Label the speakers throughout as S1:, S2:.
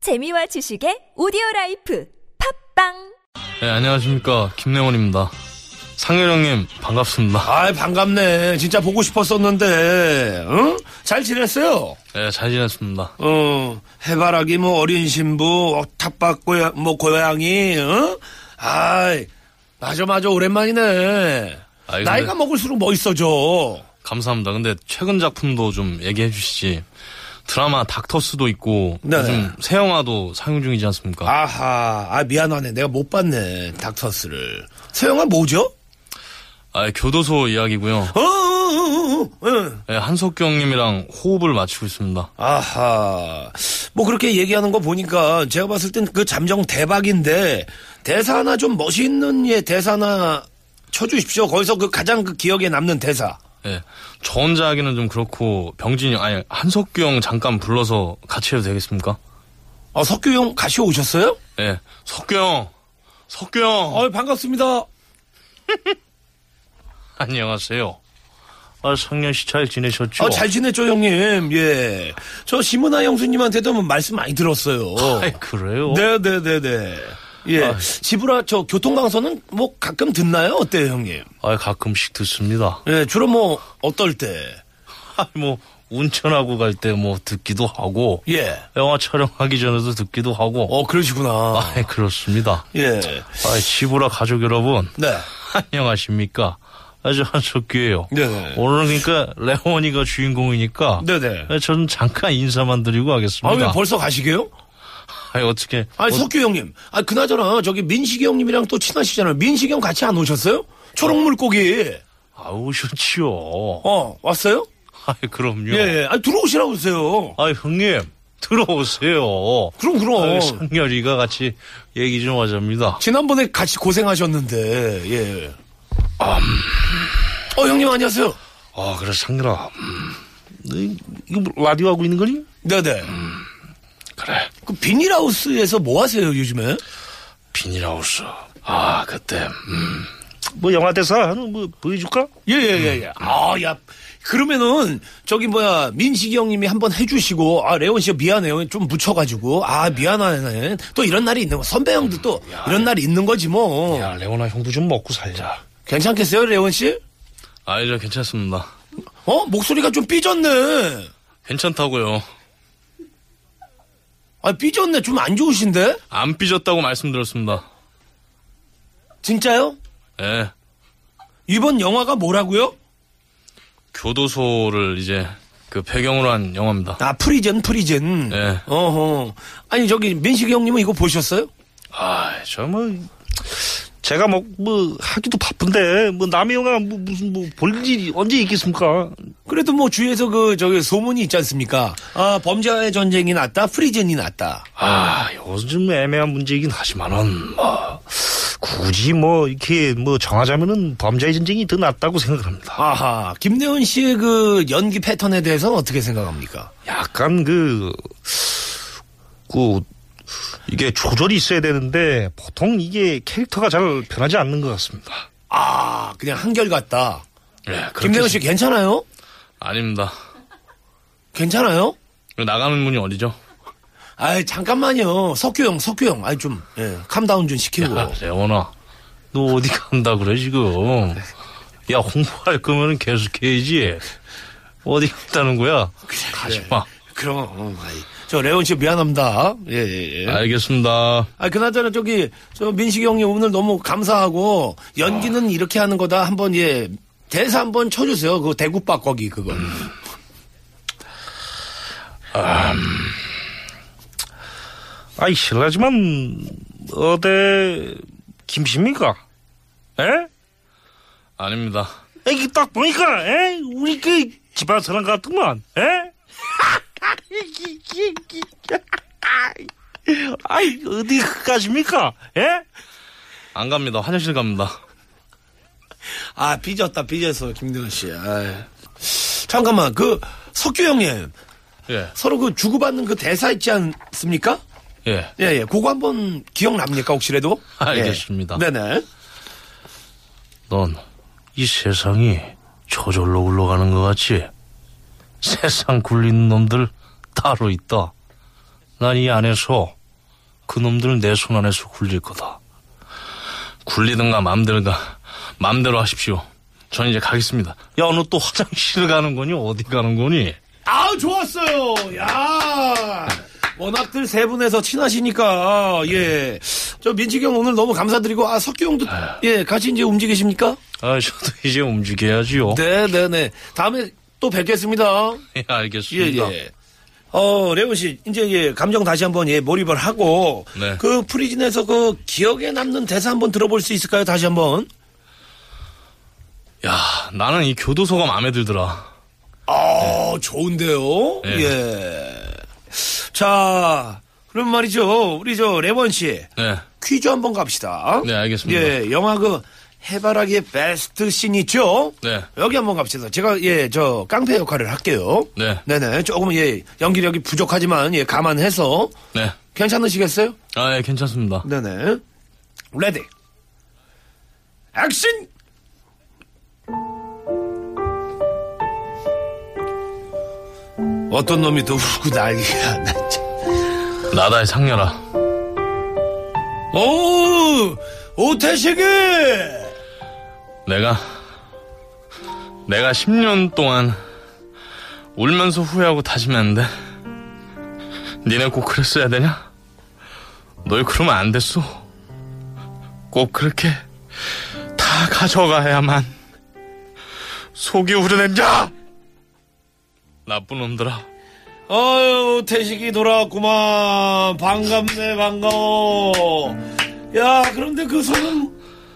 S1: 재미와 지식의 오디오 라이프 팝빵
S2: 네, 안녕하십니까. 김내원입니다. 상현 형님, 반갑습니다.
S3: 아 반갑네. 진짜 보고 싶었었는데, 응? 잘 지냈어요?
S2: 네, 잘 지냈습니다.
S3: 어, 해바라기, 뭐, 어린 신부, 탁박, 고야, 뭐, 고양이, 응? 아이, 맞아, 맞아, 오랜만이네.
S2: 아이, 근데-
S3: 나이가 먹을수록 멋있어져.
S2: 감사합니다. 근데 최근 작품도 좀 얘기해 주시지. 드라마 닥터스도 있고,
S3: 네.
S2: 요즘 새 영화도 상영 중이지 않습니까?
S3: 아하, 아, 미안하네. 내가 못 봤네, 닥터스를. 세영아, 뭐죠?
S2: 아, 교도소 이야기고요.
S3: 어, 어, 어, 어, 어, 응.
S2: 네, 한석규 형님이랑 호흡을 맞추고 있습니다.
S3: 아하. 뭐 그렇게 얘기하는 거 보니까 제가 봤을 땐 그 잠정 대박인데 대사 하나 좀 멋있는 예 대사 하나 쳐주십시오. 거기서 그 가장 그 기억에 남는 대사.
S2: 네, 저 혼자 하기는 좀 그렇고, 병진이, 아니, 한석규 형 잠깐 불러서 같이 해도 되겠습니까?
S3: 어, 석규 형 같이 오셨어요?
S2: 네, 석규 형! 석규 형!
S3: 어, 예, 반갑습니다.
S2: 안녕하세요. 아, 상현 씨 잘 지내셨죠?
S3: 어, 잘 지냈죠, 형님? 예. 저 시문아 형수님한테도 뭐 말씀 많이 들었어요.
S2: 아이, 그래요?
S3: 네. 네네네네. 예. 지브라 저 교통강서는 뭐 가끔 듣나요? 어때요, 형님?
S2: 아 가끔씩 듣습니다.
S3: 예, 주로 뭐 어떨 때?
S2: 아, 뭐 운전하고 갈 때 뭐 듣기도 하고
S3: 예.
S2: 영화 촬영하기 전에도 듣기도 하고.
S3: 어, 그러시구나.
S2: 아 그렇습니다.
S3: 예.
S2: 아 시부라 가족 여러분
S3: 네.
S2: 안녕하십니까? 아주 한석규예요.
S3: 네네.
S2: 오늘은 그러니까 레원이가 주인공이니까.
S3: 네네.
S2: 아, 저는 잠깐 인사만 드리고
S3: 아, 왜
S2: 하겠습니다.
S3: 벌써 가시게요?
S2: 아이, 어떻게?
S3: 아니,
S2: 어,
S3: 석규 형님. 아, 그나저나, 저기 민식이 형님이랑 또 친하시잖아요. 민식이 형 같이 안 오셨어요? 초록 물고기.
S2: 아우 좋지요.
S3: 어, 왔어요?
S2: 아 그럼요.
S3: 예, 예. 아, 들어오시라고 그러세요.
S2: 아 형님 들어오세요.
S3: 그럼, 그럼.
S2: 아이, 상렬이가 같이 얘기 좀 하자입니다.
S3: 지난번에 같이 고생하셨는데, 예. 음. 어, 형님, 안녕하세요.
S2: 아, 그래, 상렬아. 음, 너 이- 이거 뭐 라디오 하고 있는 거니?
S3: 네네.
S2: 그래.
S3: 그 비닐하우스에서 뭐 하세요, 요즘에?
S2: 비닐하우스. 아, 그때, 음. 뭐, 영화 대사 하나 뭐, 보여줄까?
S3: 예, 예, 예, 예. 아, 야. 그러면은, 저기, 뭐야, 민식이 형님이 한번 해주시고, 아, 레온 씨가 미안해요. 좀 묻혀가지고, 아, 미안하네. 또 이런 날이 있는 거, 선배 형도 또 이런 날이 있는 거지, 뭐.
S2: 야, 레오나 형도 좀 먹고 살자.
S3: 괜찮겠어요, 레온 씨?
S2: 아, 저 괜찮습니다.
S3: 어? 목소리가 좀 삐졌네.
S2: 괜찮다고요.
S3: 아, 삐졌네. 좀 안 좋으신데?
S2: 안 삐졌다고 말씀드렸습니다.
S3: 진짜요?
S2: 예.
S3: 이번 영화가 뭐라고요?
S2: 교도소를 이제, 그, 배경으로 한 영화입니다.
S3: 아, 프리즌, 프리즌.
S2: 예.
S3: 어허. 아니, 저기, 민식이 형님은 이거 보셨어요?
S2: 아, 저 뭐, 제가 뭐, 뭐, 하기도 바쁜데, 뭐, 남의 영화 뭐, 무슨, 뭐, 볼 일이 언제 있겠습니까?
S3: 그래도 뭐 주위에서 그 저기 소문이 있지 않습니까? 아 범죄와의 전쟁이 났다, 프리즌이 났다.
S2: 아, 요즘 애매한 문제이긴 하지만은, 뭐, 굳이 뭐, 이렇게 뭐 정하자면은 범죄의 전쟁이 더 낫다고 생각합니다.
S3: 아하 김대훈 씨의 그 연기 패턴에 대해서는 어떻게 생각합니까?
S2: 약간 그, 그, 이게 조절이 있어야 되는데, 보통 이게 캐릭터가 잘 변하지 않는 것 같습니다.
S3: 아 그냥 한결 같다.
S2: 예,
S3: 김대훈 씨 괜찮아요?
S2: 아닙니다.
S3: 괜찮아요?
S2: 나가는 문이 어디죠?
S3: 아이 잠깐만요, 석규 형, 석규 형, 아이 좀 예, 캄다운 좀 시키고.
S2: 야, 레원아. 너 어디 간다 그래, 지금. 야, 홍보할 거면 계속해야지. 어디 간다는 거야? 가지
S3: 그래.
S2: 마.
S3: 예. 그럼 어, 아이. 저 레온 씨 미안합니다. 예 예. 예.
S2: 알겠습니다.
S3: 아 그나저나 저기 저 민식이 형님 오늘 너무 감사하고
S2: 아.
S3: 연기는 이렇게 하는 거다 한번 예 대사 한번 쳐주세요. 그 대구밥 거기 그거.
S2: 음.
S4: 아이 실례지만 어데 김씨입니까? 에?
S2: 아닙니다.
S4: 이게 딱 보니까 에? 우리 그 집안 사람 같구만 에? 아이 어디 가십니까? 에?
S2: 안 갑니다. 화장실 갑니다.
S3: 아 삐졌다 삐졌어 김대훈 씨. 아 잠깐만 그 석규 형님
S2: 예,
S3: 서로 그 주고받는 그 대사 있지 않습니까?
S2: 예.
S3: 예예 그거 한번 기억납니까 혹시라도?
S2: 알겠습니다.
S3: 예. 네네.
S2: 넌 이 세상이 저절로 굴러가는 것 같지? 세상 굴리는 놈들 따로 있다. 난 이 안에서 그놈들을 내 손 안에서 굴릴 거다. 굴리든가 맘대로가 맘대로 하십시오. 전 이제 가겠습니다. 야, 너 또 화장실 가는 거니? 어디 가는 거니?
S3: 아 좋았어요. 야 워낙들 세 분에서 친하시니까 예. 저 민지경 오늘 너무 감사드리고 아 석규 형도 예 같이 이제 움직이십니까?
S2: 아, 저도 이제 움직여야지요.
S3: 네네네. 다음에 또 뵙겠습니다.
S2: 예,
S3: 예
S2: 알겠습니다.
S3: 예. 어 레온 씨 이제 예 감정 다시 한번 예 몰입을 하고
S2: 네.
S3: 그 프리즌에서 그 기억에 남는 대사 한번 들어볼 수 있을까요? 다시 한번.
S2: 야, 나는 이 교도소가 마음에 들더라.
S3: 아, 좋은데요?
S2: 네.
S3: 예. 자, 그럼 말이죠. 우리 저 레원 씨
S2: 네.
S3: 퀴즈 한번 갑시다.
S2: 네, 알겠습니다.
S3: 예, 영화 그 해바라기의 베스트 씬 있죠?
S2: 네.
S3: 여기 한번 갑시다. 제가 예, 저 깡패 역할을 할게요.
S2: 네.
S3: 네네. 조금 예, 연기력이 부족하지만 예, 감안해서
S2: 네.
S3: 괜찮으시겠어요?
S2: 아, 예, 괜찮습니다.
S3: 네네. 레디. 액션! 어떤 놈이 또 후구 난리야. 나 참.
S2: 나다의 상녀라.
S3: 오! 오태식이!
S2: 내가 내가 10년 동안 울면서 후회하고 다짐했는데 니네 꼭 그랬어야 되냐? 널 그러면 안 됐어. 꼭 그렇게 다 가져가야만 속이 우려낸 자! 나쁜 놈들아.
S3: 아유, 오태식이 돌아왔구만. 반갑네, 반가워. 야, 그런데 그 손은,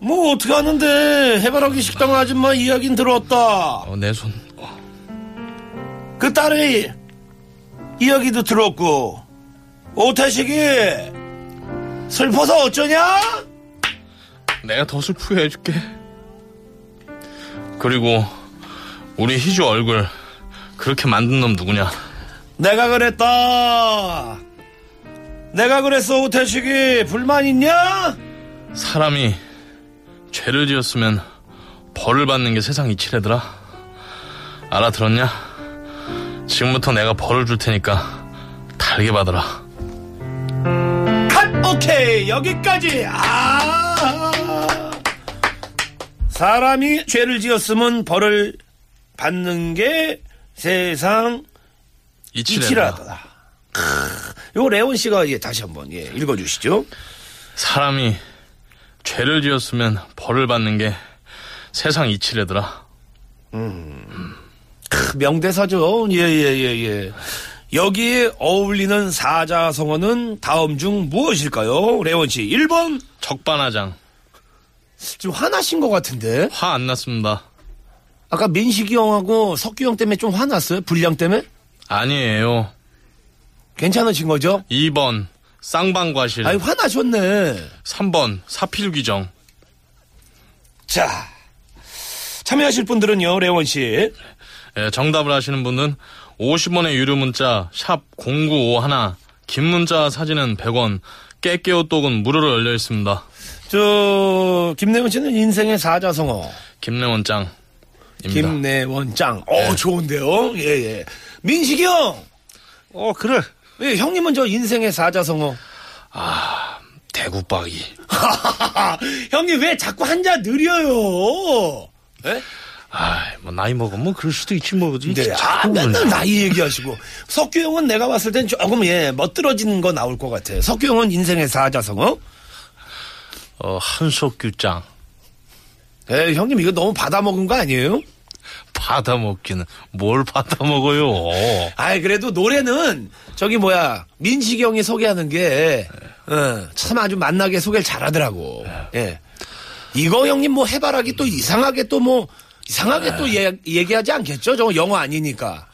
S3: 뭐, 어떻게 하는데. 해바라기 식당 아줌마 이야긴 들었다.
S2: 어, 내 손. 어,
S3: 그 딸의 이야기도 들었고 오태식이 슬퍼서 어쩌냐?
S2: 내가 더 슬프게 해줄게. 그리고 우리 희주 얼굴 그렇게 만든 놈 누구냐?
S3: 내가 그랬다 내가 그랬어 오태식이 불만 있냐?
S2: 사람이 죄를 지었으면 벌을 받는 게 세상 이치래더라. 알아들었냐? 지금부터 내가 벌을 줄 테니까 달게 받아라.
S3: 컷 오케이 여기까지 아 사람이 죄를 지었으면 벌을 받는 게 세상
S2: 이치래더라.
S3: 이치라다 크, 요거 레온 씨가 예, 다시 한번 예, 읽어주시죠
S2: 사람이 죄를 지었으면 벌을 받는 게 세상 이치래더라.
S3: 크, 명대사죠. 예, 예, 예, 예. 여기에 어울리는 사자성어는 다음 중 무엇일까요? 레원 씨. 1번.
S2: 적반하장.
S3: 좀 화나신 것 같은데.
S2: 화 안 났습니다.
S3: 아까 민식이 형하고 석규 형 때문에 좀 화났어요? 불량 때문에?
S2: 아니에요.
S3: 괜찮으신 거죠?
S2: 2번
S4: 네.
S2: 쌍방과실.
S3: 아니, 화나셨네.
S2: 3번 사필귀정.
S3: 자. 참여하실 분들은요, 레원 씨.
S2: 예, 정답을 아시는 분은 50원의 유료 문자 샵 0951, 긴 문자 사진은 100원, 깨깨오똑은 무료로 열려 있습니다.
S3: 저, 김내원 씨는 인생의 사자성어.
S4: 음.
S2: 김래원 짱입니다.
S3: 김내원 짱.
S4: 네.
S3: 어, 좋은데요? 예, 예. 민식이 형!
S4: 어, 그래.
S3: 예, 형님은 저 인생의 사자성어.
S2: 대구박이.
S3: 형님 왜 자꾸 한자 느려요? 예?
S2: 아, 뭐 나이 먹으면 그럴 수도 있지 뭐.
S3: 네, 아,
S2: 음.
S3: 맨날 나이 얘기하시고 석규 형은 내가 봤을 땐 조금 예 멋들어진 거 나올 것 같아. 석규 형은 인생의 사자성어.
S2: 어, 한석규 짱.
S3: 예, 형님 이거 너무 받아먹은 거 아니에요?
S2: 받아먹기는 뭘 받아먹어요.
S3: 아이 그래도 노래는 저기 뭐야 민식이 형이 소개하는 어, 게참 아주 만나게 소개를 잘하더라고. 예, 이거 형님 뭐 해바라기 또 이상하게 또 뭐 이상하게 또 예- 얘기하지 않겠죠? 저거 영화 아니니까.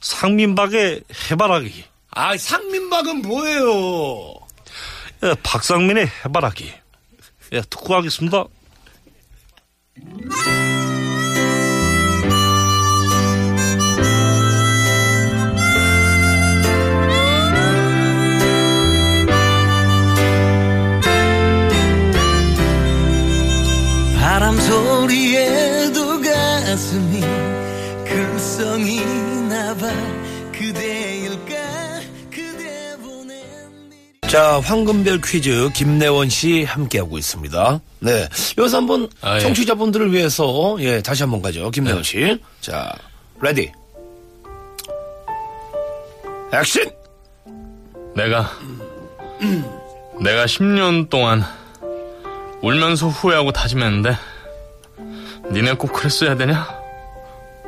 S4: 상민박의 해바라기.
S3: 아 상민박은 뭐예요?
S4: 예, 박상민의 해바라기. 예, 듣고 가겠습니다.
S5: 바람 소리에도 가슴이 글썽이나봐 그대일까 그대
S3: 자, 황금별 퀴즈 김내원 씨 함께하고 있습니다. 네. 여기서 한번
S2: 아, 예. 네.
S3: 청취자분들을 위해서 예, 다시 한번 가죠. 김내원 씨. 자, 레디. 액션!
S2: 내가 내가 10년 동안 울면서 후회하고 다짐했는데 니네 꼭 그랬어야 되냐?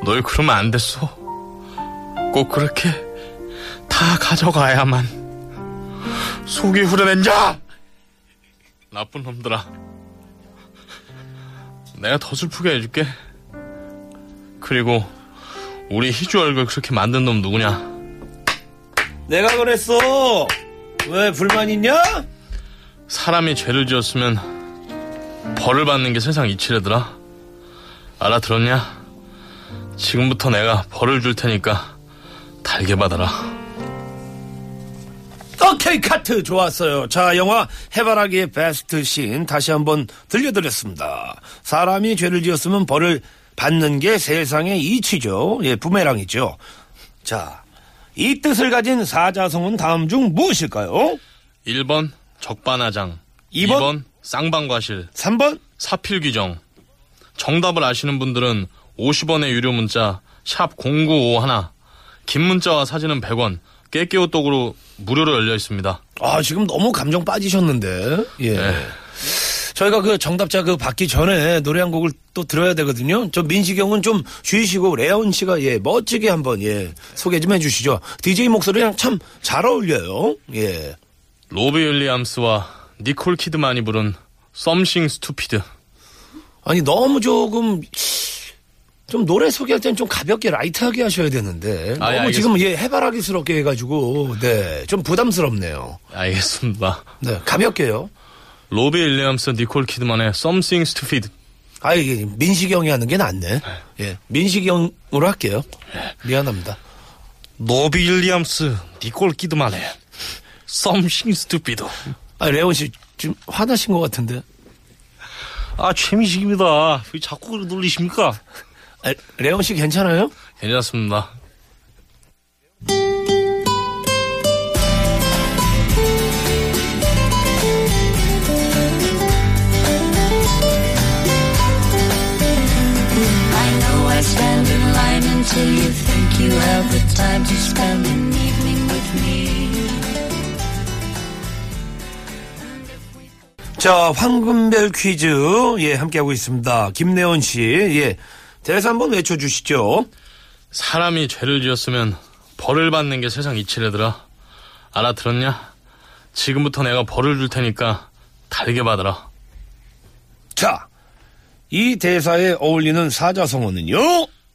S2: 널 그러면 안 됐어. 꼭 그렇게 다 가져가야만 속이 후련한 자 나쁜 놈들아 내가 더 슬프게 해줄게 그리고 우리 희주 얼굴 그렇게 만든 놈 누구냐
S3: 내가 그랬어! 왜 불만 있냐?
S2: 사람이 죄를 지었으면 벌을 받는 게 세상 이치래더라. 알아들었냐? 지금부터 내가 벌을 줄 테니까 달게 받아라.
S3: 오케이, 카트! 좋았어요. 자, 영화 해바라기의 베스트 씬 다시 한번 들려드렸습니다. 사람이 죄를 지었으면 벌을 받는 게 세상의 이치죠. 예, 부메랑이죠. 자, 이 뜻을 가진 사자성은 다음 중 무엇일까요?
S2: 1번 적반하장,
S3: 이 번?
S2: 2번 쌍방과실,
S3: 3번?
S2: 사필귀정. 정답을 아시는 분들은 50원의 유료 문자 샵 0951, 긴 문자와 사진은 100원, 깨깨오톡으로 무료로 열려 있습니다.
S3: 아, 지금 너무 감정 빠지셨는데. 예.
S2: 네.
S3: 저희가 그 정답자 그 받기 전에 노래 한 곡을 또 들어야 되거든요. 저 민식이 형은 좀 쉬시고 레온 씨가 예, 멋지게 한번 예, 소개 좀 해주시죠. DJ 목소리랑 참 잘 어울려요. 예.
S2: 로비 윌리엄스와 니콜 키드만이 부른 Something Stupid.
S3: 아니, 너무 조금 좀 노래 소개할 때는 좀 가볍게 라이트하게 하셔야 되는데.
S2: 아, 예,
S3: 너무 지금 예, 해바라기스럽게 해가지고 네, 좀 부담스럽네요.
S2: 알겠습니다.
S3: 네, 가볍게요.
S2: 로비 윌리엄스, 니콜 키드만의 Something Stupid.
S3: 아 이게 민식이 형이 하는 게 낫네. 네. 예, 민식이 형으로 할게요. 미안합니다.
S2: 로비 윌리엄스, 니콜 키드만의 Something Stupid.
S3: 아 레온 씨 지금 화나신 것 같은데.
S4: 아, 최민식입니다. 왜 자꾸 놀리십니까?
S3: 아, 레온 씨 괜찮아요?
S2: 괜찮습니다.
S6: I know I stand in line until you think you have the time to spend an evening with me.
S3: 자 황금별 퀴즈 예 함께하고 있습니다. 김내원 씨 예. 대사 한번 외쳐주시죠.
S2: 사람이 죄를 지었으면 벌을 받는 게 세상 이치래더라. 알아들었냐? 지금부터 내가 벌을 줄 테니까 달게 받아라.
S3: 자, 이 대사에 어울리는 사자성어는요.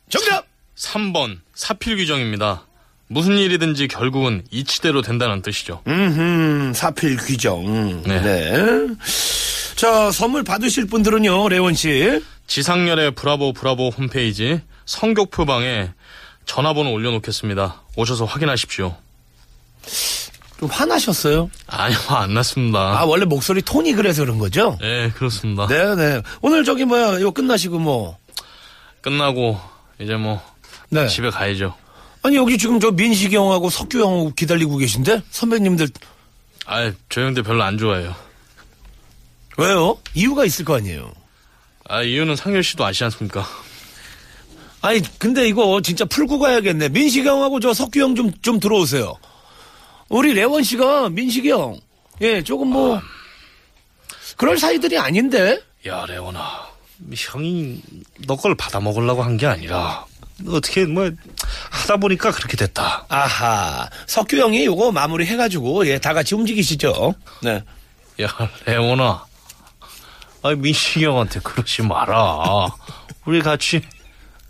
S3: 정답.
S2: 3번 사필규정입니다. 무슨 일이든지 결국은 이치대로 된다는 뜻이죠.
S3: 음, 사필 귀정.
S2: 네.
S3: 네. 자 선물 받으실 분들은요 레원 씨.
S2: 지상렬의 브라보 브라보 홈페이지 성격표방에 전화번호 올려놓겠습니다. 오셔서 확인하십시오.
S3: 좀 화나셨어요?
S2: 아니요, 뭐 안 났습니다.
S3: 아, 원래 목소리 톤이 그래서 그런 거죠?
S2: 네, 그렇습니다.
S3: 네네. 오늘 저기 뭐야, 이거 끝나시고 뭐.
S2: 끝나고 이제 뭐
S3: 네.
S2: 집에 가야죠.
S3: 아니, 여기 지금 저 민식이 형하고 석규 형하고 기다리고 계신데? 선배님들.
S2: 아, 저 형들 별로 안 좋아해요.
S3: 왜요? 이유가 있을 거 아니에요?
S2: 아, 이유는 상렬 씨도 아시지 않습니까?
S3: 아니, 근데 이거 진짜 풀고 가야겠네. 민식이 형하고 저 석규 형 좀, 좀 들어오세요. 우리 레원 씨가 민식이 형. 예, 조금 뭐. 그럴 사이들이 아닌데?
S2: 야, 레오나. 형이 너 걸 받아 먹으려고 한 게 아니라 어떻게 뭐 하다 보니까 그렇게 됐다.
S3: 아하. 석규 형이 요거 마무리 해가지고, 예, 다 같이 움직이시죠. 네.
S2: 야, 레오나. 아, 민식이 형한테 그러지 마라. 우리 같이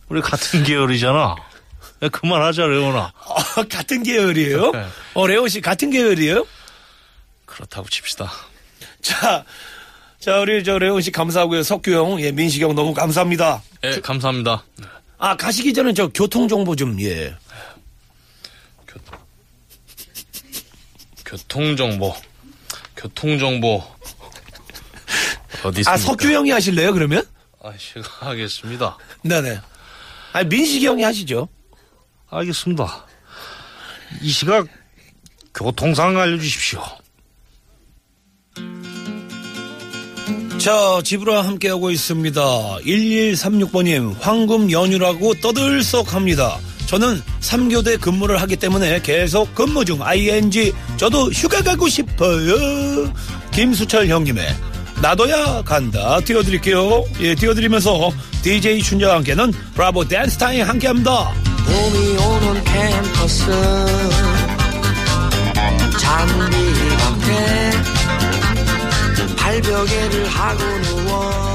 S2: 우리 같은 계열이잖아. 야, 그만하자, 레오나.
S3: 어, 같은 계열이에요? 어, 레오 씨 같은 계열이에요?
S2: 그렇다고 칩시다.
S3: 자, 자 우리 저 레오 씨 감사하고요. 석규 형, 예, 민식 형 너무 감사합니다.
S2: 예, 감사합니다.
S3: 아 가시기 전에 저 교통 정보 좀 예.
S2: 교통정보. 교통정보. 어디 있습니까?
S3: 아 석규 형이 하실래요 그러면?
S2: 아, 제가 하겠습니다.
S3: 네네. 아 민식 형이 하시죠.
S4: 알겠습니다. 이 시각 교통상 알려주십시오.
S3: 자, 지브라 함께하고 있습니다. 1136번님, 황금 연휴라고 떠들썩합니다. 저는 3교대 근무를 하기 때문에 계속 근무 중 ING. 저도 휴가 가고 싶어요. 김수철 형님의 나도야 간다 띄워드릴게요. 예, 띄워드리면서 DJ 춘자와 함께는 브라보 댄스 타임 함께합니다.
S7: 봄이 오는 캠퍼스 잔디밭에 발벽에를 하고 누워